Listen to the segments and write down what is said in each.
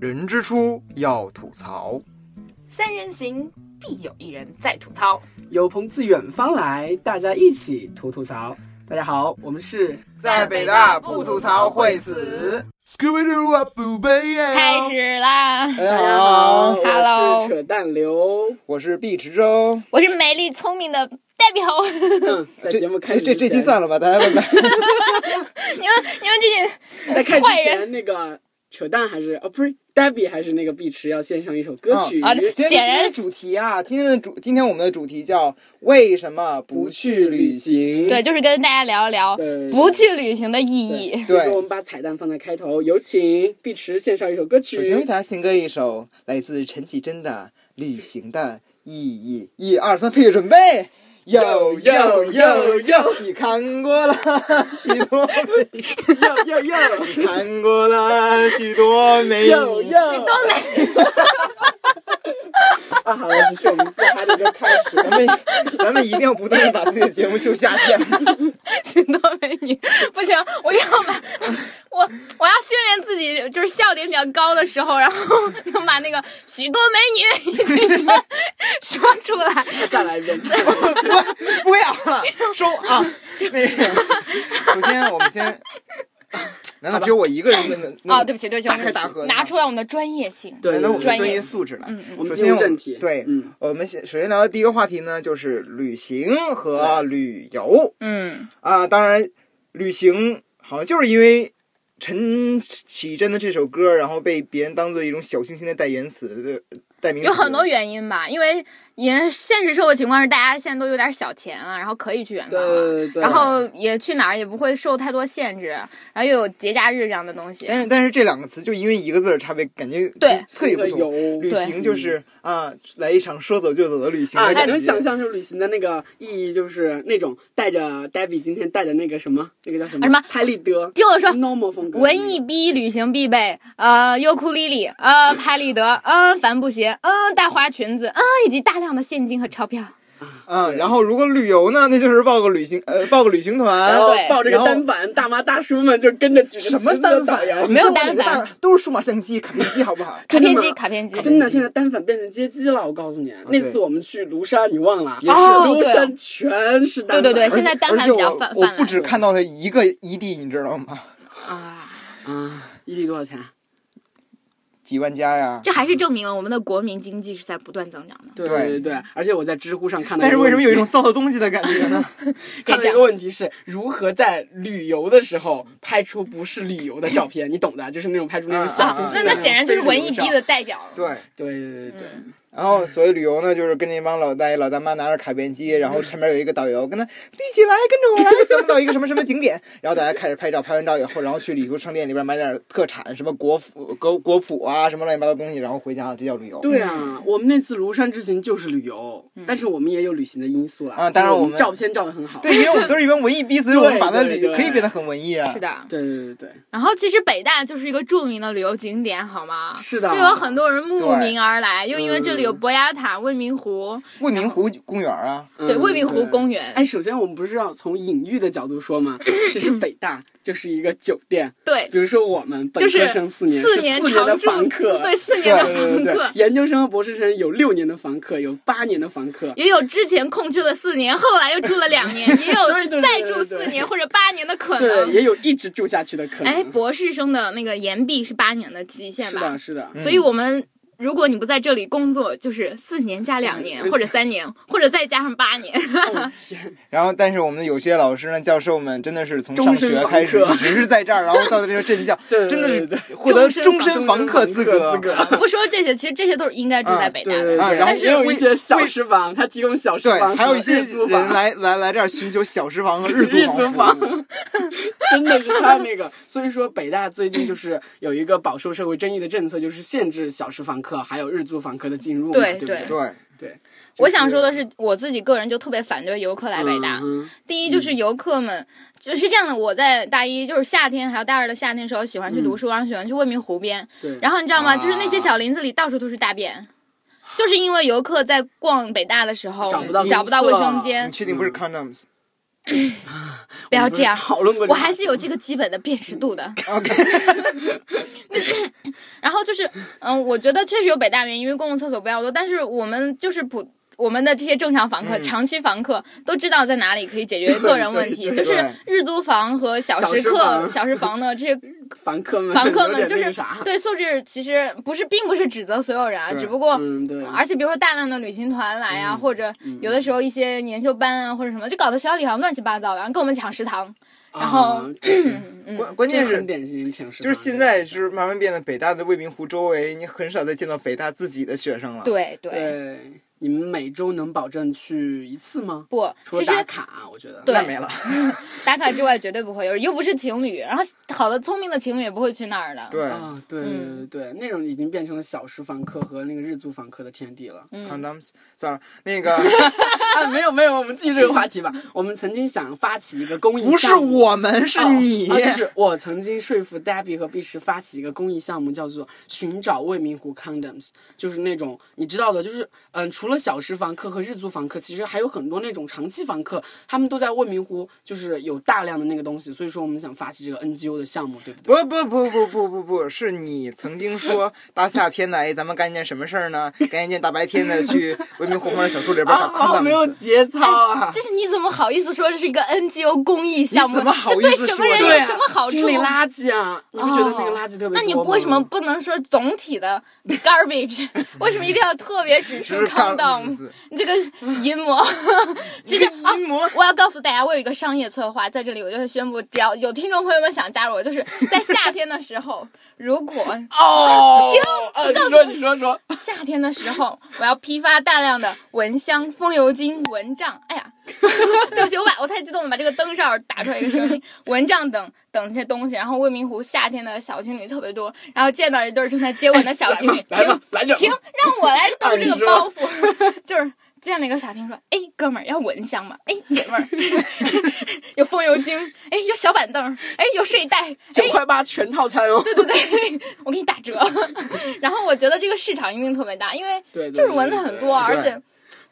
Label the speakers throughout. Speaker 1: 人之初要吐槽，
Speaker 2: 三人行必有一人在吐槽。
Speaker 3: 有朋自远方来，大家一起吐吐槽。大家好，我们是
Speaker 2: 在北大不吐槽会死。
Speaker 1: 啊
Speaker 2: 开始啦！
Speaker 1: 大
Speaker 3: 大
Speaker 1: 家
Speaker 3: 家好，
Speaker 1: 好，
Speaker 3: 我
Speaker 2: Hello
Speaker 3: 是扯淡刘。
Speaker 1: 哎我是毕池洲。
Speaker 2: 我是美丽聪明的代 表。你
Speaker 3: 嗯，在
Speaker 1: 这
Speaker 3: 节目开始
Speaker 1: 这这期
Speaker 3: 之前
Speaker 1: 算了吧，大家拜拜。
Speaker 2: 们你们这些
Speaker 3: 在开始之
Speaker 2: 坏人
Speaker 3: 前那个扯淡还是哦不是 Debbie 还是那个碧池要献上一首歌曲。
Speaker 2: 嗯啊对
Speaker 1: 今天今
Speaker 2: 显然
Speaker 1: 天的主题啊，今天的主今天我们的主题叫为什么不去旅行？
Speaker 2: 对，就是跟大家聊一聊
Speaker 3: 对
Speaker 2: 不去旅行的意
Speaker 3: 对
Speaker 2: 义。
Speaker 3: 所以说我们把彩蛋放在开头，有请碧池献上一首歌曲
Speaker 1: 首。先为大家献歌一首来自陈绮贞的《旅行的意义》，一二三，配乐准备。有有有有，你看过了 许多，
Speaker 3: 哟哟哟，
Speaker 1: 你看过了许多美
Speaker 3: 哟
Speaker 1: 女。
Speaker 3: 哟，
Speaker 2: 都没
Speaker 3: 啊，好了，这是我们自嗨的一个开始。
Speaker 1: 咱们咱们一定要不断的把自己的节目秀下 线。
Speaker 2: 行多美女，不行，我要把我我要训练自己，就是笑点比较高的时候，然后能把那个许多美女一起说说出 来。
Speaker 3: 再来一 遍，
Speaker 1: 不不要了，收啊！那个，首先我们先，难道只有我一个人在那？
Speaker 2: 哦，对不起，对不起，
Speaker 1: 大
Speaker 2: 我
Speaker 1: 开
Speaker 2: 们
Speaker 1: 大合呢
Speaker 2: 拿出来我们的专业性。
Speaker 3: 对
Speaker 1: 难道我们
Speaker 2: 专
Speaker 1: 的
Speaker 2: 业嗯
Speaker 1: 专业素质了？
Speaker 3: 我们
Speaker 1: 首
Speaker 3: 进
Speaker 1: 先
Speaker 3: 入
Speaker 1: 我
Speaker 3: 正
Speaker 1: 们
Speaker 3: 题。
Speaker 1: 对，
Speaker 3: 嗯，
Speaker 1: 我们先首先聊的第一个话题呢，就是旅行和旅游
Speaker 2: 嗯，
Speaker 1: 啊。当然，旅行好像就是因为陈绮贞的这首歌，然后被别人当做一种小清新的代言词、呃代名词。
Speaker 2: 有很多原因吧，因为也现实社会情况是，大家现在都有点小钱了，然后可以去远方啊了，
Speaker 3: 对对。
Speaker 2: 然后也去哪儿也不会受太多限制，然后又有节假日这样的东西。
Speaker 1: 但是但是这两个词就因为一个字儿差别，感觉
Speaker 2: 对
Speaker 1: 特别不同。
Speaker 3: 有
Speaker 1: 旅行就是啊，来一场说走就走的旅行
Speaker 3: 啊，
Speaker 1: 的
Speaker 3: 你
Speaker 1: 感
Speaker 3: 能想
Speaker 1: 觉。
Speaker 3: 象出旅行的那个意义，就是那种带着 Debbie 今天带的那个什么，那个叫什么？
Speaker 2: 啊什么
Speaker 3: 拍立得
Speaker 2: 听我说，
Speaker 3: normal 风格，
Speaker 2: 文艺逼，旅行必备，呃，优酷丽丽，呃，拍立得，嗯、帆布鞋，嗯、大花裙子，嗯、以及大量的现金和钞票。
Speaker 1: 嗯，然后如果旅游呢，那就是报个旅行，呃，报个旅行
Speaker 3: 然
Speaker 1: 团。
Speaker 3: 后
Speaker 2: 对
Speaker 3: 抱着个
Speaker 1: 然后
Speaker 3: 单反，大妈大叔们就跟着举着
Speaker 1: 什么
Speaker 3: 旗子
Speaker 1: 单
Speaker 3: 导
Speaker 1: 反啊呀？
Speaker 3: 游。
Speaker 2: 没有
Speaker 1: 你跟我
Speaker 2: 单反
Speaker 1: 一个大，都是数码相机、卡片机，好不好？
Speaker 2: 卡
Speaker 3: 真的
Speaker 2: 片
Speaker 3: 吗
Speaker 2: 机，卡片机，
Speaker 3: 真的，
Speaker 1: 机
Speaker 3: 现在单反变成街机了。我告诉你，那
Speaker 1: 对
Speaker 3: 次我们去庐山，你忘了？
Speaker 1: 也是
Speaker 2: 哦
Speaker 3: 庐
Speaker 2: 对
Speaker 3: 山全是单
Speaker 2: 对
Speaker 3: 反。
Speaker 2: 对对，
Speaker 3: 而且
Speaker 2: 现在单
Speaker 1: 而
Speaker 2: 反
Speaker 1: 且
Speaker 2: 比较
Speaker 1: 我
Speaker 2: 泛泛
Speaker 1: 我
Speaker 2: 滥
Speaker 1: 不止看到了一个一地，你知道吗？
Speaker 2: 啊。
Speaker 3: 啊，一粒多少钱？
Speaker 1: 几万加呀！
Speaker 2: 这还是证明了我们的国民经济是在不断增长的。
Speaker 3: 对
Speaker 1: 对
Speaker 3: 对对，而且我在知乎上看到，
Speaker 1: 但是为什么有一种造的东西的感觉呢？
Speaker 3: 看
Speaker 2: 可
Speaker 3: 到
Speaker 2: 以这
Speaker 3: 一
Speaker 2: 样
Speaker 3: 个问题是如何在旅游的时候拍出不是旅游的照片？你懂的，就是那种拍出那种小清新
Speaker 1: 嗯嗯嗯
Speaker 3: 啊的那
Speaker 2: 那那
Speaker 3: 种
Speaker 2: 啊显然就是
Speaker 3: 非旅游
Speaker 2: 文艺
Speaker 3: 照
Speaker 2: 逼的。嗯代表了。
Speaker 1: 对，
Speaker 3: 对对对对对，
Speaker 1: 然后所谓旅游呢，就是跟那帮老大爷老大妈拿着卡片机，然后前面有一个导游跟他一起来，跟着我来，咱们到一个什么什么景点，然后大家开始拍照，拍完照以后，然后去旅游商店里边买点特产，什么果脯、果果脯啊，什么乱七八糟东西，然后回家，这叫旅游。
Speaker 3: 对啊，我们那次庐山之行就是旅游，
Speaker 2: 嗯
Speaker 3: 但是我们也有旅行的因素啦。
Speaker 1: 啊当然
Speaker 3: 就是
Speaker 1: 我
Speaker 3: 我
Speaker 1: 们
Speaker 3: 照片照的很好。
Speaker 1: 对，因为我们都是一帮文艺逼，所以我们把它
Speaker 3: 对
Speaker 1: 旅
Speaker 3: 对对
Speaker 1: 可以变得很文艺啊。
Speaker 2: 是的，
Speaker 3: 对对对对，
Speaker 2: 然后其实北大就是一个著名的旅游景点，好吗？
Speaker 3: 是的
Speaker 2: 就有很多人慕
Speaker 1: 对
Speaker 2: 名而来，又因为这里有
Speaker 3: 嗯
Speaker 2: 博雅塔、未名湖，
Speaker 1: 未名湖公园啊，
Speaker 3: 嗯
Speaker 2: 对，未名湖公园，
Speaker 3: 哎，首先我们不是要从隐喻的角度说吗？其实北大就是一个酒店，
Speaker 2: 对，
Speaker 3: 比如说我们本
Speaker 2: 就是
Speaker 3: 科生四年是
Speaker 2: 年
Speaker 3: 四年的
Speaker 2: 常住
Speaker 3: 房客，
Speaker 2: 对，四年的
Speaker 1: 对
Speaker 3: 对
Speaker 2: 房
Speaker 3: 对对
Speaker 2: 客，，
Speaker 3: 研究生和博士生有六年的房客，有八年的房客，
Speaker 2: 也有之前空缺了四年，后来又住了两年，也
Speaker 3: 对
Speaker 2: 有
Speaker 3: 对对
Speaker 2: 再
Speaker 3: 对
Speaker 2: 住
Speaker 3: 对
Speaker 2: 四
Speaker 3: 对
Speaker 2: 年或者八年的可
Speaker 3: 对，
Speaker 2: 能。
Speaker 3: 也有一直住下去的可能。
Speaker 2: 哎，博士生的那个延毕是八年的期限
Speaker 3: 是
Speaker 2: 吧？嗯
Speaker 3: 的，是的，
Speaker 2: 所以我们如果你不在这里工作，就是四年加两年，或者三年，或者再加上八年。
Speaker 3: 哦天，
Speaker 1: 然后但是我们有些老师呢，教授们真的是从
Speaker 3: 终
Speaker 1: 上
Speaker 3: 身
Speaker 1: 学
Speaker 3: 访
Speaker 1: 开始
Speaker 3: 客
Speaker 1: 一直是在这儿，然后到了这个镇校，
Speaker 3: 对对
Speaker 1: 真的
Speaker 3: 对对
Speaker 1: 是获得
Speaker 2: 终
Speaker 1: 终
Speaker 2: 身
Speaker 1: 身房客
Speaker 3: 资
Speaker 1: 资
Speaker 3: 格
Speaker 1: 格
Speaker 3: 资。格。
Speaker 2: 不说这些，其实这些都是应该住在北大
Speaker 3: 对
Speaker 2: 的。
Speaker 3: 对
Speaker 1: 啊
Speaker 3: 对，
Speaker 1: 然后
Speaker 3: 也有一
Speaker 1: 为
Speaker 3: 些小
Speaker 1: 为
Speaker 3: 时房，它提供小时
Speaker 1: 对
Speaker 3: 房，，
Speaker 1: 还有一些
Speaker 3: 日租
Speaker 1: 人
Speaker 3: 房，
Speaker 1: 来来来这儿寻求小时房和日租
Speaker 3: 日
Speaker 1: 房
Speaker 3: 租
Speaker 1: 服务
Speaker 3: 房，真的是太那个。所以说，北大最近就是有一个饱受社会争议的政策，就是限制小时房客还有日租房客的进入嘛，
Speaker 2: 对
Speaker 3: 对不
Speaker 2: 对
Speaker 1: 对，
Speaker 3: 对，
Speaker 2: 我想说的是，我自己个人就特别反对游客来北大。
Speaker 3: 嗯
Speaker 2: 第一就是游客们。就是这样的，我在大一就是夏天，还有大二的夏天时候，喜欢去
Speaker 3: 嗯
Speaker 2: 读书，然后喜欢去未名湖边。
Speaker 3: 对，
Speaker 2: 然后你知道吗？
Speaker 1: 啊
Speaker 2: 就是那些小林子里到处都是大便，就是因为游客在逛北大的时候
Speaker 3: 找不到
Speaker 2: 找不到
Speaker 3: 公
Speaker 2: 卫
Speaker 3: 厕嗯
Speaker 2: 生间
Speaker 1: 你，确定不是 condoms？
Speaker 2: 不要这样。
Speaker 3: 讨论过这个，
Speaker 2: 我还是有这个基本的辨识度的。
Speaker 1: OK
Speaker 2: 然后就是，嗯、嗯，我觉得确实有北大原因，因为公共厕所不要多，但是我们就是普。我们的这些正常房客、
Speaker 1: 嗯
Speaker 2: 长期房客都知道在哪里可以解决个人问题，
Speaker 3: 对
Speaker 2: 就
Speaker 1: 对
Speaker 3: 对
Speaker 2: 是日租房和小
Speaker 3: 小
Speaker 2: 时
Speaker 3: 时
Speaker 2: 客、
Speaker 3: 房
Speaker 2: 小时 房的这些
Speaker 3: 房客们，
Speaker 2: 房客
Speaker 3: 有
Speaker 2: 们
Speaker 3: 点
Speaker 2: 就
Speaker 3: 那
Speaker 2: 是
Speaker 3: 个啥，
Speaker 2: 对素质其实不是，并不是指责所有人啊，
Speaker 1: 对
Speaker 2: 只不过。
Speaker 3: 嗯，对，
Speaker 2: 而且比如说大量的旅行团来啊，
Speaker 3: 嗯
Speaker 2: 或者有的时候一些研修班啊，或者什么，就搞得学校里好像乱七八糟的，然后跟我们抢食堂。然后
Speaker 3: 啊这是
Speaker 1: 关嗯关
Speaker 3: 这
Speaker 1: 键
Speaker 3: 是
Speaker 1: 是
Speaker 3: 很典型，请示
Speaker 1: 就是
Speaker 3: 吧
Speaker 1: 现在就是慢慢变得北大的未名湖周围，你很少再见到北大自己的学生了。，
Speaker 2: 对对，
Speaker 3: 对，你们每周能保证去一次吗？
Speaker 2: 不，
Speaker 3: 除了
Speaker 2: 其
Speaker 3: 打
Speaker 2: 实
Speaker 3: 卡啊，我觉得
Speaker 2: 对
Speaker 1: 那没了。
Speaker 2: 打卡之外绝对不会有，又不是情侣，然后好的聪明的情侣也不会去那儿的。
Speaker 1: 对，
Speaker 3: 啊，对
Speaker 2: 嗯
Speaker 3: 对对对，那种已经变成了小时房客和那个日租房客的天地
Speaker 2: 嗯
Speaker 3: 了。
Speaker 1: condoms 算了，那 个
Speaker 3: 啊，没有没有，我们继续这个话题吧。我们曾经想发起一个公益项目，
Speaker 1: 不是我们，是你。
Speaker 3: 哦啊就是我曾经说服 Debbie 和碧池发起一个公益项目，叫做“寻找未名湖 condoms”，就是那种你知道的，就是嗯，除了小时房客和日租房客，其实还有很多那种长期房客，他们都在未名湖，就是有大量的那个东西。所以说，我们想发起这个 NGO 的项目，对不对？
Speaker 1: 不不不不不不不，是你曾经说大夏天的，哎，咱们干一件什么事儿呢？ 干一件大白天的去文明湖旁边小树里边找
Speaker 3: 啊，好没有
Speaker 1: condom。
Speaker 3: 节操啊！
Speaker 2: 就是你怎么好意思说这是一个 NGO 公益项目？
Speaker 1: 你怎么好
Speaker 2: 这
Speaker 1: 意
Speaker 2: 对
Speaker 1: 思
Speaker 2: 什么
Speaker 1: 说
Speaker 2: 人
Speaker 1: 呢
Speaker 2: 有
Speaker 3: 啊
Speaker 2: 什么好处
Speaker 3: 清？理垃圾啊！你不觉得那个垃圾特别多吗？
Speaker 2: 那你为什么不能说总体的 garbage？为什么一定要特别指出
Speaker 1: 就是
Speaker 2: condoms？
Speaker 1: condoms
Speaker 2: 你这个淫 魔！其实啊，
Speaker 1: 阴谋
Speaker 2: 我要告诉大家，我有一个商业策划，在这里我就是宣布，只要有听众朋友们想加入我，就是在夏天的时候，如果
Speaker 3: 哦，啊，你说，你说，说，
Speaker 2: 夏天的时候，我要批发大量的蚊香、风油精、蚊帐。哎呀， 对不起，我把我太激动了，把这个灯罩打出来一个声音，蚊帐等等这些东西。然后未名湖夏天的小情侣特别多，然后见到一对儿正在接吻的小情侣，
Speaker 3: 来
Speaker 2: 停
Speaker 3: 吧，来着，
Speaker 2: 停，让我来
Speaker 3: 啊
Speaker 2: 兜这
Speaker 3: 你
Speaker 2: 个
Speaker 3: 说
Speaker 2: 包袱， 就是。见了一个小情说：“哎，哥们儿，要蚊香吗？哎，姐们儿， 有风油精，哎，有小板凳，哎，有睡袋，哎
Speaker 3: 九，块八全套餐哦。
Speaker 2: 对对对，我给你打折。然后我觉得这个市场一定特别大，因为
Speaker 3: 对，
Speaker 2: 就是蚊子很多，
Speaker 3: 啊。
Speaker 2: 而
Speaker 1: 对
Speaker 2: 且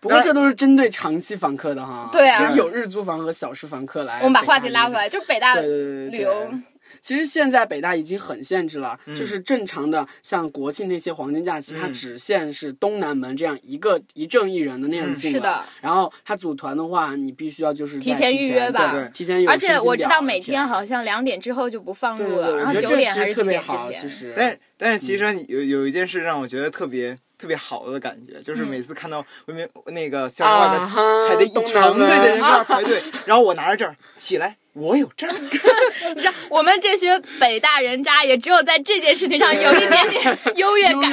Speaker 3: 不过这都是针对长期房客的哈。
Speaker 2: 对啊
Speaker 3: 其实有日租房和小时房客来。
Speaker 2: 我们把话题拉回。来，就是北大
Speaker 3: 对对对对对
Speaker 2: 旅游，
Speaker 3: 其实现在北大已经很限制了，
Speaker 1: 嗯
Speaker 3: 就是正常的像国庆那些黄金假期，它只限是东南门这样一个一正一人的那
Speaker 1: 嗯
Speaker 3: 样进来。
Speaker 2: 是的。
Speaker 3: 然后他组团的话，你必须要就是在
Speaker 2: 提前预约吧
Speaker 3: 对提前有
Speaker 2: 而
Speaker 3: 申请表。
Speaker 2: 且我知道每
Speaker 3: 天
Speaker 2: 天好像两点之后就不放
Speaker 3: 对
Speaker 2: 入
Speaker 3: 对对，
Speaker 2: 了，
Speaker 3: 我觉
Speaker 2: 然后
Speaker 3: 得
Speaker 2: 九
Speaker 3: 这
Speaker 2: 点
Speaker 3: 其实
Speaker 2: 还是几
Speaker 3: 特别
Speaker 2: 点之
Speaker 3: 好，其
Speaker 2: 前。
Speaker 3: 实。
Speaker 1: 但是但是其实你有有一件事让我觉得特别特别好的感觉，就是每次看到文明那个校园外
Speaker 3: 啊
Speaker 1: 的
Speaker 3: 哈，
Speaker 1: 排着一
Speaker 3: 东
Speaker 1: 长队
Speaker 3: 南门
Speaker 1: 的人在那儿排 队，然后我拿着证儿起来，我有证儿。
Speaker 2: 你知道，我们这些北大人渣也只有在这件事情上有一点点优越感。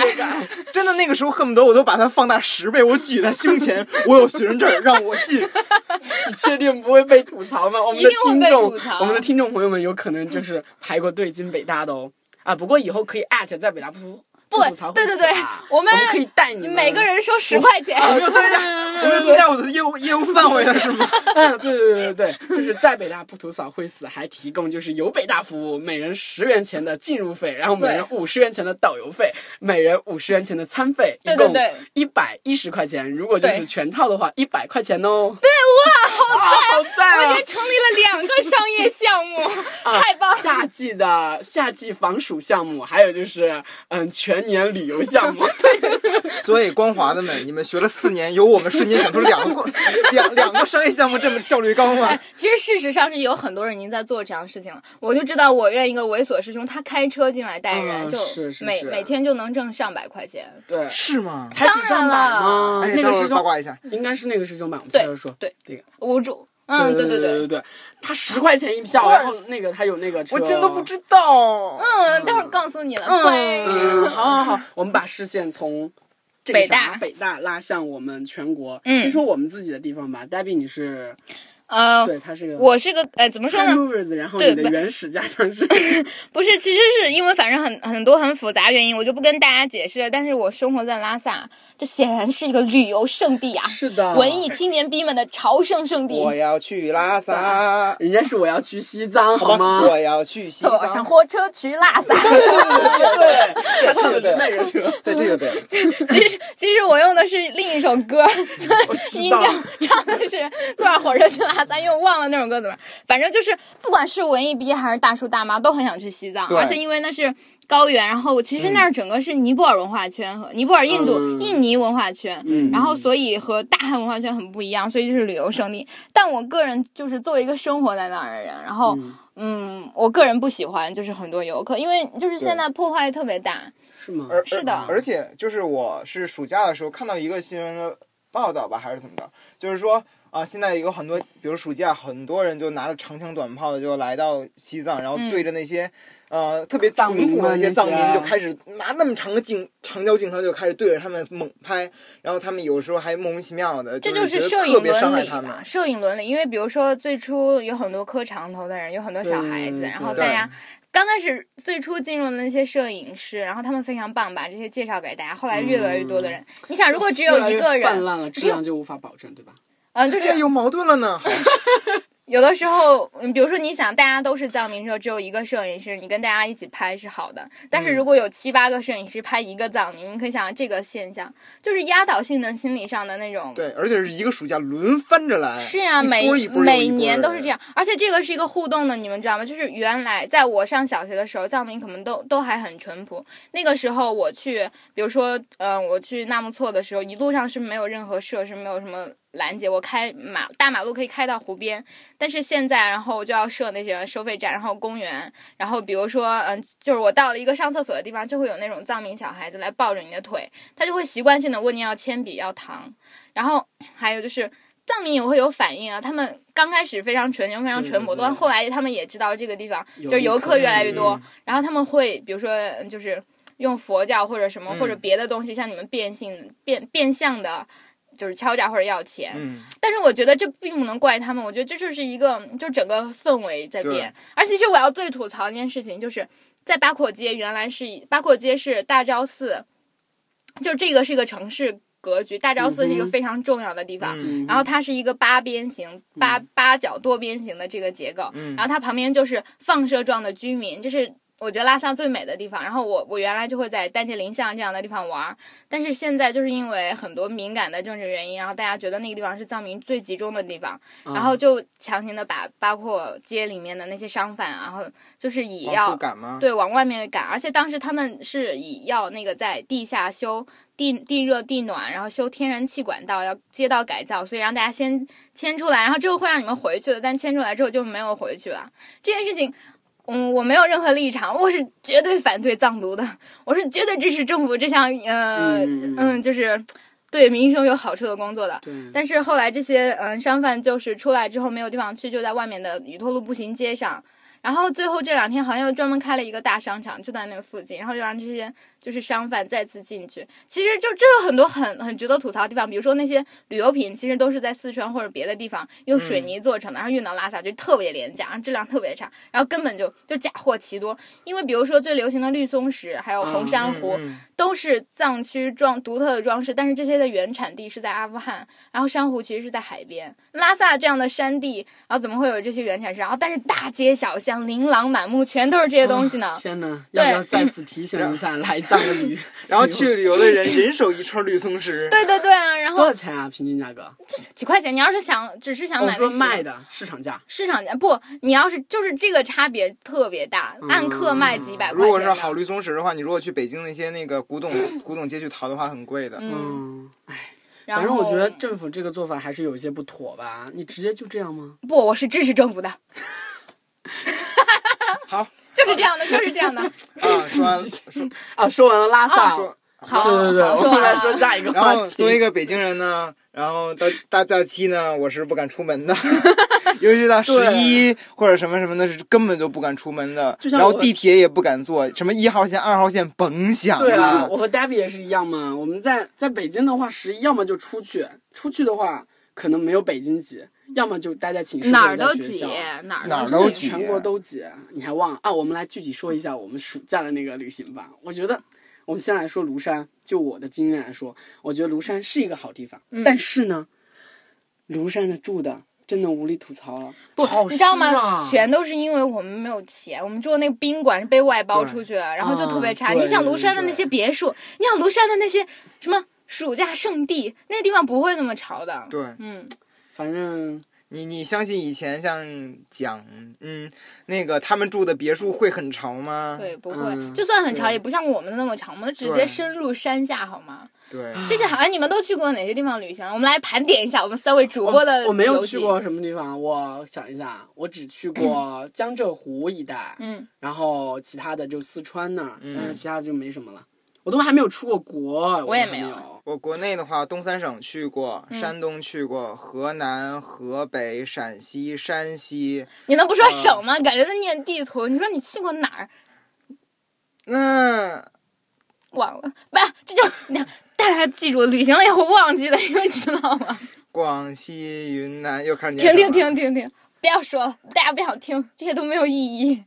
Speaker 1: 真的那个时候恨不得我都把它放大十倍，我举在胸前，我有学生证儿，让我 进。
Speaker 3: 你确定不会被吐槽吗？我们的
Speaker 2: 一定会
Speaker 3: 听
Speaker 2: 被
Speaker 3: 众
Speaker 2: 吐槽，
Speaker 3: 我们的听众朋友们有可能就是排过队进北大的哦。啊，不过以后可以艾特在北大不吐
Speaker 2: 不
Speaker 3: 吐槽，会
Speaker 2: 对对对
Speaker 3: 死啊，
Speaker 2: 我
Speaker 3: 我
Speaker 2: 们
Speaker 3: 可以带你们
Speaker 2: 每个。人收十块钱，
Speaker 1: 我没有增加，我没有增加我的业务业务范围了，啊是吗？
Speaker 3: 嗯，对对对对对，就是在北大不吐槽会死，还提供就是有北大服务，每人十元钱的进入费，然后每人五十元钱的导游费，每人五十元钱的餐费，
Speaker 2: 对
Speaker 3: 一
Speaker 2: 对
Speaker 3: 共
Speaker 2: 对
Speaker 3: 一百一十块钱。如果就
Speaker 2: 对
Speaker 3: 是全套的话，一百块钱哦。对，哇，好赞，好赞
Speaker 2: 我
Speaker 3: 啊
Speaker 2: 已！经成立了两个商业项目，太棒了！
Speaker 3: 夏季的夏季防暑项目，还有就是嗯全年旅游项 目。
Speaker 1: 所以光华的们，你们学了四年，由我们瞬间想出两个 两两个商业项目，这么效率高吗
Speaker 2: 哎？，其实事实上是有很多人已经在做这样的事情了。我就知道我院一个猥琐师兄，他开车进来带人，
Speaker 3: 嗯
Speaker 2: 就是
Speaker 3: 是
Speaker 2: 每
Speaker 3: 是
Speaker 2: 每天就能挣上百块钱。
Speaker 3: 对，
Speaker 1: 是吗？
Speaker 3: 才只上百吗？
Speaker 1: 哎，
Speaker 3: 那
Speaker 1: 等
Speaker 3: 个
Speaker 1: 会
Speaker 3: 师
Speaker 1: 儿八
Speaker 3: 兄
Speaker 1: 卦一下，
Speaker 3: 应该是那个师兄吧？我们
Speaker 2: 对
Speaker 3: 接着说。
Speaker 2: 对，
Speaker 3: 这个
Speaker 2: 无主，嗯，对
Speaker 3: 对
Speaker 2: 对
Speaker 3: 对，对，他十块钱一票，
Speaker 2: Of
Speaker 3: 然后那个他有那个车，
Speaker 1: 我竟都不知道。
Speaker 2: 嗯，待会儿告诉你了，
Speaker 1: 嗯
Speaker 2: 乖。
Speaker 3: 嗯，好好好，我们把视线从。这个
Speaker 2: 北大
Speaker 3: 啥北大拉向我们全国。
Speaker 2: 嗯
Speaker 3: 先说我们自己的地方吧。黛比，你是
Speaker 2: 呃，
Speaker 3: 对，嗯他是个
Speaker 2: 我是个呃，怎么说呢？
Speaker 3: Hanovers，然后
Speaker 2: 对
Speaker 3: 你的
Speaker 2: 不
Speaker 3: 原始家乡 是
Speaker 2: 不是，其实是因为反正很很多很复杂原因，我就不跟大家解释了。但是我生活在拉萨，这显然是一个旅游胜地啊，
Speaker 3: 是的
Speaker 2: 文艺青年逼们的朝圣圣地。
Speaker 1: 我要去拉萨，
Speaker 3: 人家是我要去西藏，好
Speaker 1: 好
Speaker 3: 吗
Speaker 1: 吧？？我要去西
Speaker 2: 坐上
Speaker 1: 藏。
Speaker 2: 火车去 拉萨。
Speaker 3: 对，他唱的是那人车。
Speaker 1: 对，这个对了，
Speaker 2: 其实其实我用的是另一首歌，
Speaker 3: 知道
Speaker 2: 音调唱的是坐上火车去拉大三，因为我忘了那首歌怎么，反正就是不管是文艺逼还是大叔大妈，都很想去西藏，
Speaker 1: 对
Speaker 2: 而且因为那是高原，然后其实那儿整个是尼泊尔文化圈和尼泊尔、印度、
Speaker 3: 嗯
Speaker 2: 印尼文化圈，然后所以和大汉文化圈很不一样，所以就是旅游胜地。但我个人就是作为一个生活在那儿的人，然后嗯我个人不喜欢就是很多游客，因为就是现在破坏特别大，
Speaker 3: 是吗？
Speaker 1: 而
Speaker 2: 是的
Speaker 1: 而而且就是我是暑假的时候看到一个新闻的报道吧，还是怎么着，就是说啊、现在有很多，比如暑假，很多人就拿着长枪短炮的就来到西藏，然后
Speaker 2: 嗯
Speaker 1: 对着那些、呃特别
Speaker 3: 藏民
Speaker 1: 淳朴的
Speaker 3: 们
Speaker 1: 一些
Speaker 3: 那
Speaker 1: 藏
Speaker 3: 些
Speaker 1: 民就开始拿那么长的镜长焦镜头就开始对着他们猛拍，然后他们有时候还莫名其妙的，
Speaker 2: 这
Speaker 1: 就
Speaker 2: 就是
Speaker 1: 觉得
Speaker 2: 摄影
Speaker 1: 特别伤
Speaker 2: 伦
Speaker 1: 害
Speaker 2: 理
Speaker 1: 他们
Speaker 2: 吧，。摄影伦理。因为比如说最初有很多磕长头的人，有很多小孩子，
Speaker 3: 对
Speaker 2: 然后
Speaker 1: 对
Speaker 2: 大家刚开始最初进入的那些摄影师，然后他们非常棒，把这些介绍给大家。后来越来越多
Speaker 1: 嗯
Speaker 2: 的人，你想，如果只有一
Speaker 3: 越来
Speaker 2: 个
Speaker 3: 越泛
Speaker 2: 人，
Speaker 3: 滥了，质量就无法保证，对吧？
Speaker 2: 嗯，就
Speaker 1: 哎，
Speaker 2: 是
Speaker 1: 有矛盾了呢，
Speaker 2: 有的时候，嗯比如说你想，大家都是藏民社，只有一个摄影师，你跟大家一起拍是好的。但
Speaker 1: 嗯
Speaker 2: 是如果有七八个摄影师拍一个藏民，你可以想这个现象，就是压倒性的心理上的那种
Speaker 1: 对，而且是一个暑假轮番着来，
Speaker 2: 是呀、
Speaker 1: 一波
Speaker 2: 每
Speaker 1: 一波又
Speaker 2: 每
Speaker 1: 一波
Speaker 2: 年
Speaker 1: 的
Speaker 2: 都是这样，而且这个是一个互动的，你们知道吗？就是原来在我上小学的时候，藏民可能都都还很淳朴。那个时候我去，比如说，嗯、我去纳木错的时候，一路上是没有任何设施，没有什么拦截，我开马大马路可以开到湖边。但是现在，然后我就要设那些收费站，然后公园，然后比如说，嗯、就是我到了一个上厕所的地方，就会有那种藏民小孩子来抱着你的腿，他就会习惯性的问你要铅笔、要糖，然后还有就是。藏民也会有反应啊，他们刚开始非常纯情、非常淳
Speaker 3: 对
Speaker 2: 朴，
Speaker 3: 对
Speaker 2: 但后来他们也知道这个地方
Speaker 3: 有
Speaker 2: 就是游
Speaker 3: 游客
Speaker 2: 客越来越多，
Speaker 3: 嗯
Speaker 2: 然后他们会比如说嗯就是用佛教或者什么、
Speaker 1: 嗯
Speaker 2: 或者别的东西向你们变性变变相的，就是敲诈或者要钱，
Speaker 1: 嗯，
Speaker 2: 但是我觉得这并不能怪他们，我觉得这就是一个就整个氛围在变。而且其实我要最吐槽的一件事情，就是在八廓街，原来是以八廓街是大昭寺，就这个是一个城市格局，大昭寺是一个
Speaker 3: 嗯哼
Speaker 2: 非常重要的地方。
Speaker 1: 嗯
Speaker 2: 然后它是一个八边形、八
Speaker 3: 嗯
Speaker 2: 八角多边形的这个结构，
Speaker 1: 嗯
Speaker 2: 然后它旁边就是放射状的居民，这是我觉得拉萨最美的地方。然后我我原来就会在丹杰林巷这样的地方玩儿，但是现在就是因为很多敏感的政治原因，然后大家觉得那个地方是藏民最集中的地方，
Speaker 1: 啊
Speaker 2: 然后就强行的把包括街里面的那些商贩，然后就是以
Speaker 1: 往
Speaker 2: 要
Speaker 1: 出赶吗？
Speaker 2: 对，往外面赶，而且当时他们是以要那个在地下修地地热地暖，然后修天然气管道，要街道改造，所以让大家先迁出来，然后之后会让你们回去的，但迁出来之后就没有回去了。这件事情，嗯，我没有任何立场，我是绝对反对藏独的，我是绝对支持政府这项呃
Speaker 3: 嗯嗯
Speaker 2: 嗯，就是对民生有好处的工作的。
Speaker 3: 对，
Speaker 1: 嗯
Speaker 2: 嗯但是后来这些嗯商贩就是出来之后没有地方去，就在外面的雨托路步行街上。然后最后这两天好像又专门开了一个大商场，就在那个附近，然后又让这些就是商贩再次进去。其实就这有很多很很值得吐槽的地方，比如说那些旅游品其实都是在四川或者别的地方
Speaker 1: 嗯
Speaker 2: 用水泥做成的，然后运到拉萨就特别廉价，然后质量特别差，然后根本就就假货奇多。因为比如说最流行的绿松石，还有红珊瑚，
Speaker 1: 嗯嗯
Speaker 2: 都是藏区装独特的装饰，但是这些的原产地是在阿富汗，然后珊瑚其实是在海边，拉萨这样的山地，然后怎么会有这些原产地？然后但是大街小巷琳琅满目，全都是这些东西呢。
Speaker 3: 啊天哪，要不要再次提醒一下来藏的 旅？
Speaker 1: 然后去旅游的人人手一串绿松石，
Speaker 2: 对对对啊，然
Speaker 3: 多
Speaker 2: 后
Speaker 3: 少钱啊？平均价格？
Speaker 2: 几块钱，你要是想只是想
Speaker 3: 我
Speaker 2: 买那
Speaker 3: 说
Speaker 2: 十
Speaker 3: 卖的市场价，
Speaker 2: 市场价不，你要是就是这个差别特别大，按克卖几百块
Speaker 1: 如
Speaker 2: 钱。
Speaker 1: 果是好，绿松石的话，你如果去北京那些那个古董古董街去淘的话，很贵的。
Speaker 2: 嗯，
Speaker 3: 嗯，
Speaker 2: 然
Speaker 3: 反正我
Speaker 2: 后
Speaker 3: 觉得政府这个做法还是有一些不妥吧。你直接就这样吗？
Speaker 2: 不，我是支持政府的，
Speaker 1: 好
Speaker 2: 就是这样的，就是这样的。
Speaker 1: 啊，说完说
Speaker 3: 啊，说完了拉萨，
Speaker 1: 说，
Speaker 2: 哦好，
Speaker 3: 对对对，
Speaker 2: 好
Speaker 3: 我
Speaker 2: 说
Speaker 3: 们
Speaker 2: 完
Speaker 3: 来
Speaker 2: 了。
Speaker 3: 说下一个
Speaker 1: 然
Speaker 3: 话
Speaker 1: 后作为一
Speaker 3: 题。
Speaker 1: 个北京人呢，然后到大假期呢，我是不敢出门的， 尤其是到十一或者什么什么的，是根本就不敢出门的。
Speaker 3: 就像
Speaker 1: 然后
Speaker 3: 我
Speaker 1: 地铁也不敢坐，什么一号线、二号线甭想
Speaker 3: 对啊，
Speaker 1: 了。
Speaker 3: 我和 Debbie 也是一样嘛。我们在在北京的话，十一要么就出去，出去的话可能没有北京挤，要么就待在寝室
Speaker 2: 哪
Speaker 3: 或者
Speaker 2: 儿都
Speaker 3: 在学
Speaker 2: 挤
Speaker 3: 校。，
Speaker 2: 哪
Speaker 1: 哪
Speaker 2: 儿
Speaker 1: 儿都
Speaker 2: 挤。
Speaker 1: 挤
Speaker 3: 全国都挤，你还忘了啊？我们来具体说一下我们暑假的那个旅行吧。我觉得，我们先来说庐山。就我的经验来说，我觉得庐山是一个好地方，
Speaker 2: 嗯
Speaker 3: 但是呢，庐山的住的真的无力吐槽了，不好、啊
Speaker 2: 你知道吗？全都是因为我们没有钱，我们住的那个宾馆是被外包出去了，然后就特别差。
Speaker 3: 嗯对
Speaker 2: 你想庐山的那些别墅，你想庐山的那些什么暑假圣地，那个地方不会那么潮的。
Speaker 1: 对，
Speaker 2: 嗯，
Speaker 3: 反正
Speaker 1: 你你相信以前像讲，嗯，那个他们住的别墅会很潮吗？
Speaker 2: 对，不
Speaker 3: 嗯
Speaker 2: 会，就算很长，
Speaker 1: 对
Speaker 2: 也不像我们的那么长，我们直
Speaker 1: 对
Speaker 2: 接深入山下好吗？
Speaker 1: 对，
Speaker 2: 这
Speaker 3: 啊
Speaker 2: 些好像你们都去过哪些地方旅行？我们来盘点一下我们三位主播的
Speaker 3: 哦我我没有
Speaker 2: 游
Speaker 3: 去
Speaker 2: 记，
Speaker 3: 过什么地方，我想一下，我只去过江浙沪一带，
Speaker 2: 嗯，
Speaker 3: 然后其他的就四川那儿，
Speaker 1: 嗯
Speaker 3: 但是其他的就没什么了。我都还没有出过国，
Speaker 2: 我
Speaker 3: 也
Speaker 2: 也
Speaker 3: 没
Speaker 2: 没有
Speaker 1: 我国内的话，东三省去过，
Speaker 3: 嗯
Speaker 1: 山东去过，河南、河北、陕西、山西。
Speaker 2: 你能不
Speaker 3: 啊
Speaker 2: 说省吗？感觉在念地图。你说你去过哪儿？
Speaker 1: 那
Speaker 2: 忘了，不，这就那大家记住，旅行了以后忘记了， 你们知道吗？
Speaker 1: 广西、云南又开始
Speaker 2: 停
Speaker 1: 念
Speaker 2: 停
Speaker 1: 省了，
Speaker 2: 停停停，不要说了，大家不想听，这些都没有意义。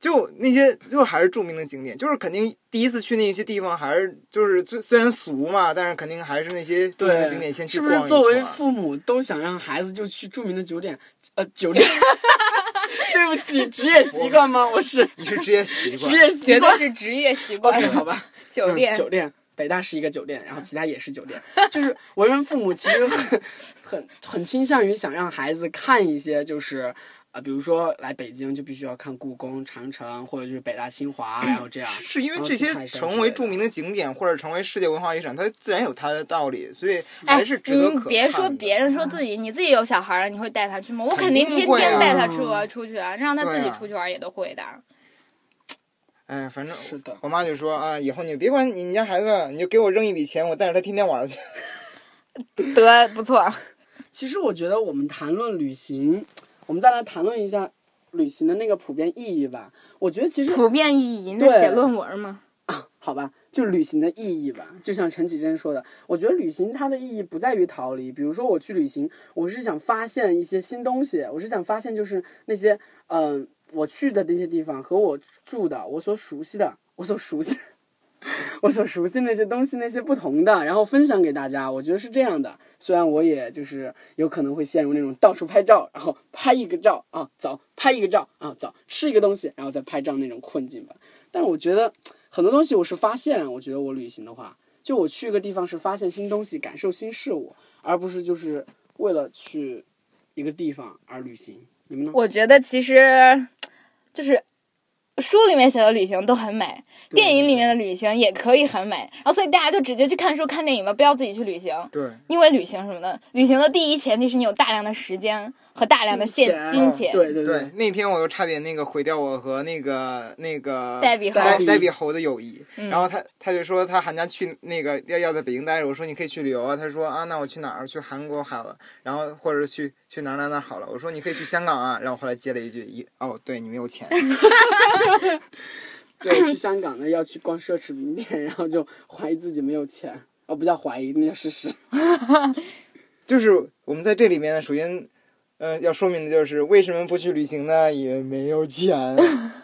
Speaker 1: 就那些就还是著名的景点，就是肯定第一次去那些地方，还是就是虽虽然俗嘛，但是肯定还是那些著名的景点先去
Speaker 3: 是
Speaker 1: 逛啊一
Speaker 3: 不
Speaker 1: 圈。
Speaker 3: 是作为父母都想让孩子就去著名的酒店？呃，酒店，对不起，职业习惯吗？我是
Speaker 1: 你是职业 习
Speaker 3: 职
Speaker 1: 惯，
Speaker 3: 业习惯。
Speaker 2: 是职业习
Speaker 3: OK，好吧。
Speaker 2: 酒店
Speaker 3: 嗯、酒店，北大是一个酒店，然后其他也是酒店。 就是为人父母其实很很很倾向于想让孩子看一些就是啊、呃比如说来北京就必须要看故宫、长城，或者就是北大、清华，然后这样。
Speaker 1: 是因为
Speaker 3: 然后
Speaker 1: 这
Speaker 3: 去
Speaker 1: 些
Speaker 3: 看山之
Speaker 1: 成
Speaker 3: 类
Speaker 1: 为
Speaker 3: 的
Speaker 1: 著名的景点或者成为世界文化遗产，它自然有它的道理，所以
Speaker 2: 哎
Speaker 1: 还是，值得可
Speaker 2: 你
Speaker 1: 看的。
Speaker 2: 别说别人说自己，你自己有小孩儿，你会带他去吗？我肯定
Speaker 1: 肯定
Speaker 2: 天
Speaker 1: 会啊
Speaker 2: 天带他出玩出去啊，让他自
Speaker 1: 对
Speaker 2: 己
Speaker 1: 啊
Speaker 2: 出去玩也都会的。
Speaker 1: 哎，反正
Speaker 3: 是的，
Speaker 1: 我妈就说啊，以后你别管你你家孩子，你就给我扔一笔钱，我带着他天天玩儿去。
Speaker 2: 得不错，
Speaker 3: 其实我觉得我们谈论旅行，我们再来谈论一下旅行的那个普遍意义吧。我觉得其实
Speaker 2: 普遍意义，那
Speaker 3: 对
Speaker 2: 写论文吗？
Speaker 3: 好吧，就旅行的意义吧。就像陈绮贞说的，我觉得旅行它的意义不在于逃离。比如说我去旅行，我是想发现一些新东西，我是想发现就是那些嗯、呃我去的那些地方和我住的、我所熟悉的、我所熟悉、 我所熟悉那些东西那些不同的，然后分享给大家。我觉得是这样的。虽然我也就是有可能会陷入那种到处拍照，然后拍一个照啊走，拍一个照啊走，吃一个东西然后再拍照那种困境吧。但是我觉得很多东西我是发现，我觉得我旅行的话，就我去一个地方是发现新东西，感受新事物，而不是就是为了去一个地方而旅行。你们呢？
Speaker 2: 我觉得其实就是书里面写的旅行都很美，
Speaker 3: 对
Speaker 2: 电影里面的旅行也可以很美，然后所以大家就直接去看书、看电影吧，不要自己去旅行。
Speaker 1: 对，
Speaker 2: 因为旅行什么的，旅行的第一前提是你有大量的时间和大量的现金
Speaker 3: 金
Speaker 2: 钱。
Speaker 3: 对对
Speaker 1: 对，那天我又差点那个毁掉我和那个那个
Speaker 2: 黛比猴嗯
Speaker 1: 黛
Speaker 3: 黛
Speaker 1: 黛
Speaker 3: 比
Speaker 1: 比猴的友谊。然后他他就说他寒假去那个要要在北京待着，我说你可以去旅游啊。他说啊，那我去哪儿？去韩国好了，然后或者去去哪儿哪儿哪儿好了。我说你可以去香港啊。然后后来接了一句一哦，对你没有钱，
Speaker 3: 对，去香港呢要去逛奢侈品店，然后就怀疑自己没有钱，哦，不叫怀疑，那叫事实。
Speaker 1: 就是我们在这里面呢，首先。呃，要说明的就是为什么不去旅行呢？也没有 钱。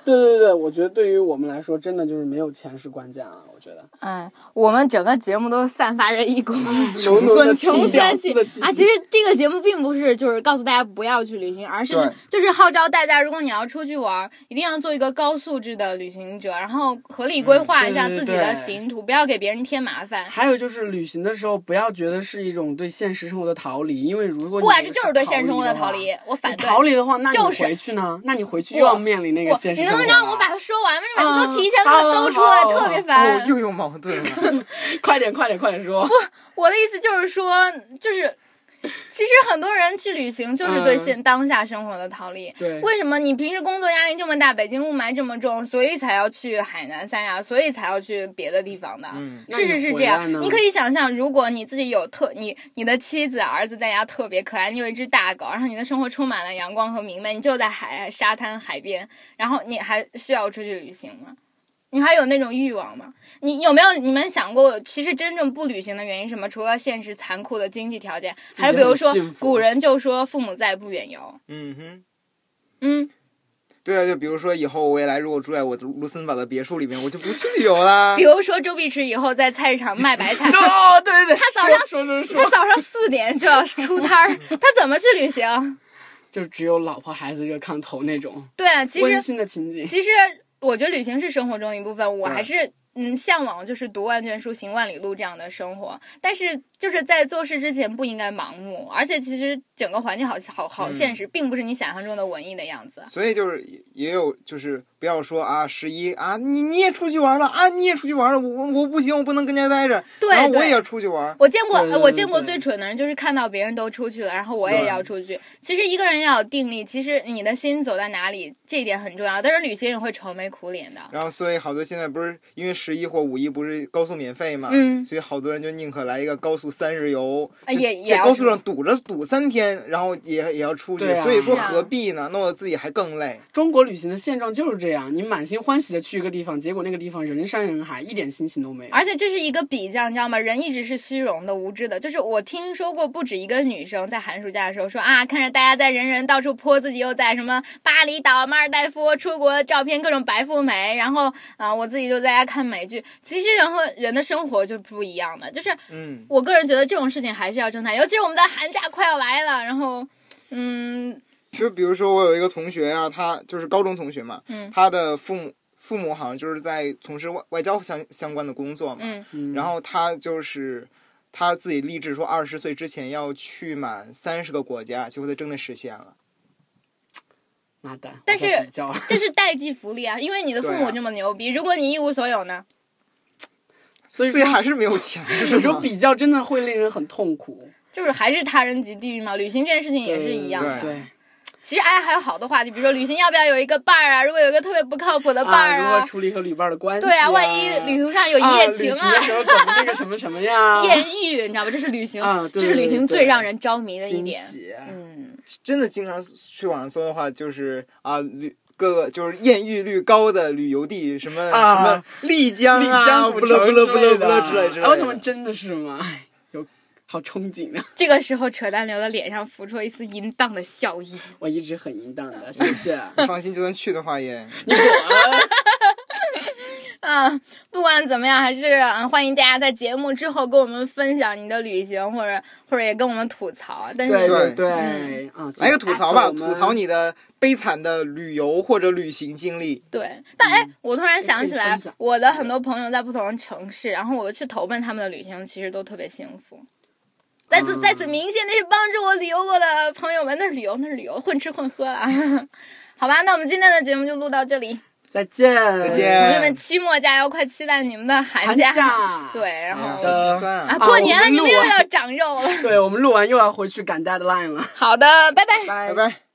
Speaker 3: 对对对，我觉得对于我们来说，真的就是没有钱是关键啊！我觉得
Speaker 2: 嗯，我们整个节目都散发着一股
Speaker 3: 嗯
Speaker 1: 穷酸气
Speaker 2: 穷酸
Speaker 3: 气
Speaker 2: 气啊！其实这个节目并不是就是告诉大家不要去旅行，而是呢就是号召大家，如果你要出去玩，一定要做一个高素质的旅行者，然后合理规划一下
Speaker 3: 嗯对
Speaker 2: 自己
Speaker 3: 对
Speaker 2: 的
Speaker 3: 对
Speaker 2: 行途，不要给别人添麻烦。
Speaker 3: 还有就是旅行的时候，不要觉得是一种对现实生活的逃离，因为如果你
Speaker 2: 不然这就是对
Speaker 3: 逃
Speaker 2: 现实生活的
Speaker 3: 话
Speaker 2: 逃离，我反
Speaker 3: 你
Speaker 2: 对。
Speaker 3: 逃离的话，那你
Speaker 2: 就是
Speaker 3: 回去呢？那你回去又要
Speaker 2: 我
Speaker 3: 面临那个
Speaker 2: 我，
Speaker 3: 现实
Speaker 2: 你
Speaker 3: 生活啊
Speaker 2: 能不
Speaker 3: 了。
Speaker 2: 能让我把它说完吗？你每
Speaker 3: 嗯
Speaker 2: 次都提前把它
Speaker 3: 嗯
Speaker 2: 兜出来，
Speaker 3: 好
Speaker 2: 特别
Speaker 1: 哦，
Speaker 2: 烦。
Speaker 1: 又有矛盾了。
Speaker 3: 快点快点快点说？
Speaker 2: 我的意思就是说，就是其实很多人去旅行就是对现当下生活的逃离。
Speaker 3: 嗯对，
Speaker 2: 为什么你平时工作压力这么大，北京雾霾这么重，所以才要去海南三亚，所以才要去别的地方的？
Speaker 1: 嗯，
Speaker 3: 那
Speaker 2: 是
Speaker 3: 你
Speaker 2: 是是
Speaker 3: 回来
Speaker 2: 这样
Speaker 3: 呢，
Speaker 2: 你可以想象，如果你自己有特你你的妻子儿子在家特别可爱，你有一只大狗，然后你的生活充满了阳光和明媚，你就在海沙滩海边，然后你还需要出去旅行吗？你还有那种欲望吗？你有没有你们想过，其实真正不旅行的原因是什么？除了现实残酷的经济条件，
Speaker 3: 自己
Speaker 2: 还有比如
Speaker 3: 很
Speaker 2: 说
Speaker 3: 幸福，
Speaker 2: 古人就说“父母在，不远游
Speaker 1: 嗯哼。”。
Speaker 2: 嗯，
Speaker 1: 对啊，就比如说以后我未来如果住在我的卢森堡的别墅里面，我就不去旅游啦
Speaker 2: 比。如说周碧池以后在菜市场卖白菜
Speaker 3: 哦，对对对，
Speaker 2: 他早上
Speaker 3: 说说说
Speaker 2: 他
Speaker 3: 说，
Speaker 2: 早上四点就要出 摊儿，他怎么去旅行？
Speaker 3: 就只有老婆孩子热炕头那种
Speaker 2: 对，其
Speaker 3: 温
Speaker 2: 实
Speaker 3: 馨的情景。
Speaker 2: 其实我觉得旅行是生活中的一部分，我
Speaker 1: 对
Speaker 2: 还是嗯向往就是读万卷书行万里路这样的生活，但是就是在做事之前不应该盲目，而且其实整个环境好好
Speaker 3: 嗯
Speaker 2: 好现实，并不是你想象中的文艺的样子。
Speaker 1: 所以就是也也有就是不要说啊十一啊你你也出去玩了啊你也出去玩了我我不行我不能跟家待着，
Speaker 2: 对
Speaker 1: 然后我
Speaker 2: 对
Speaker 1: 也要出去玩，
Speaker 2: 我见过，
Speaker 3: 对对
Speaker 2: 呃我见过
Speaker 3: 对
Speaker 2: 最蠢的人就是看到别人都出去了，然后我也
Speaker 1: 对
Speaker 2: 要出去。其实一个人要有定力，其实你的心走在哪里，这一点很重要。但是旅行也会愁眉苦脸的。
Speaker 1: 然后所以好多现在不是因为十一或五一不是高速免费嘛，
Speaker 2: 嗯
Speaker 1: 所以好多人就宁可来一个高速三日游，
Speaker 2: 啊也
Speaker 1: 就
Speaker 2: 也
Speaker 1: 在
Speaker 2: 要
Speaker 1: 高速
Speaker 2: 出
Speaker 1: 上堵着堵三天，然后也也要出去，
Speaker 3: 对啊
Speaker 1: 所以说
Speaker 2: 是啊
Speaker 1: 何必呢？弄得自己还更累。
Speaker 3: 中国旅行的现状就是这样，你满心欢喜的去一个地方，结果那个地方人山人海，一点心情都
Speaker 1: 哎
Speaker 3: 没有。
Speaker 2: 而且这是一个比较，你知道吗？人一直是虚荣的、无知的。就是我听说过不止一个女生在寒暑假的时候说啊，看着大家在人人到处泼自己，又在什么巴厘岛、马尔代夫出国照片，各种白富美，然后啊，我自己就在家看美剧。其实人和人的生活就不一样的，就是
Speaker 1: 嗯，
Speaker 2: 我个人觉得这种事情还是要正态，尤其是我们的寒假快要来了，然后，嗯，
Speaker 1: 就比如说我有一个同学啊，他就是高中同学嘛，
Speaker 2: 嗯
Speaker 1: 他的父母父母好像就是在从事外外交相相关的工作嘛，
Speaker 2: 嗯
Speaker 3: 嗯
Speaker 1: 然后他就是。他自己立志说，二十岁之前要去满三十个国家，结果他真的实现了。
Speaker 3: 妈蛋，
Speaker 2: 但是
Speaker 3: 我在 比较了
Speaker 2: 这是代际福利啊，因为你的父
Speaker 1: 对
Speaker 2: 母
Speaker 1: 啊
Speaker 2: 这么牛逼，如果你一无所有呢？
Speaker 3: 所以
Speaker 1: 所以
Speaker 3: 说
Speaker 1: 还是没有钱，是
Speaker 3: 有时
Speaker 1: 吗
Speaker 3: 候比较真的会令人很痛苦。
Speaker 2: 就是还是他人即地狱嘛，旅行这件事情也是一样的。
Speaker 1: 对
Speaker 3: 对，
Speaker 2: 其实哎，还有好多话题，比如说旅行要不要有一个伴儿啊？如果有一个特别不靠谱的伴儿
Speaker 3: 嗯如何
Speaker 2: 啊，
Speaker 3: 处理和旅伴的关系、
Speaker 2: 对啊，万一旅途上有一
Speaker 3: 啊
Speaker 2: 夜情
Speaker 3: 旅行的时候怎么那个什么什么 呀？
Speaker 2: 艳遇，你知道吧？这是旅行，
Speaker 3: 啊对
Speaker 2: 这是旅行最
Speaker 3: 对对
Speaker 2: 让人着迷的一
Speaker 3: 惊
Speaker 2: 点。
Speaker 3: 喜，啊
Speaker 2: 嗯，
Speaker 1: 真的经常去网上搜的话，就是啊，旅各个就是艳遇率高的旅游地，什么、
Speaker 3: 啊
Speaker 1: 什么丽江
Speaker 3: 丽
Speaker 1: 啊，
Speaker 3: 江古
Speaker 1: 不
Speaker 3: 城
Speaker 1: 乐不乐不乐不乐之
Speaker 3: 之
Speaker 1: 类
Speaker 3: 类
Speaker 1: 之类
Speaker 3: 的哎
Speaker 1: 的。
Speaker 3: 我想问，真的是吗？ 哎有好憧憬啊！
Speaker 2: 这个时候扯淡流的脸上浮出一丝淫荡的笑意。
Speaker 3: 我一直很淫荡的，谢 谢。
Speaker 1: 你放心，就算去的话也，
Speaker 3: 啊
Speaker 2: 嗯，不管怎么样，还是嗯，欢迎大家在节目之后跟我们分享你的旅行，或者或者也跟我们吐槽。但是
Speaker 3: 对
Speaker 1: 对
Speaker 3: 对，啊，
Speaker 1: 来个吐槽吧，
Speaker 3: 请
Speaker 1: 吐槽
Speaker 3: at
Speaker 1: 你的悲惨的旅游或者旅行经历。
Speaker 2: 对，但哎，我突然想
Speaker 3: 嗯
Speaker 2: 起
Speaker 3: 可以
Speaker 2: 来
Speaker 3: 分享，
Speaker 2: 我的很多朋友在不同的城市，然后我去投奔他们的旅行，其实都特别幸福。在此在此
Speaker 3: 嗯
Speaker 2: 鸣谢那些帮助我旅游过的朋友们，那是旅游，那是旅游，混吃混喝啊。 好吧，那我们今天的节目就录到这里，
Speaker 3: 我们，再见，
Speaker 1: 再
Speaker 3: 再
Speaker 1: 见
Speaker 2: 同学们期末加油，快期待你们的寒
Speaker 3: 寒
Speaker 2: 假。
Speaker 3: 假，
Speaker 2: 对，然后、
Speaker 1: 好
Speaker 3: 的
Speaker 1: 心酸
Speaker 2: 啊，
Speaker 1: 啊！
Speaker 2: 过年了，
Speaker 3: 我们
Speaker 2: 你们
Speaker 3: 录
Speaker 2: 又
Speaker 3: 完
Speaker 2: 要长肉了。
Speaker 3: 对，我们录完又要回去赶 deadline 了，
Speaker 2: 好的，拜拜。
Speaker 3: 拜
Speaker 1: 拜拜。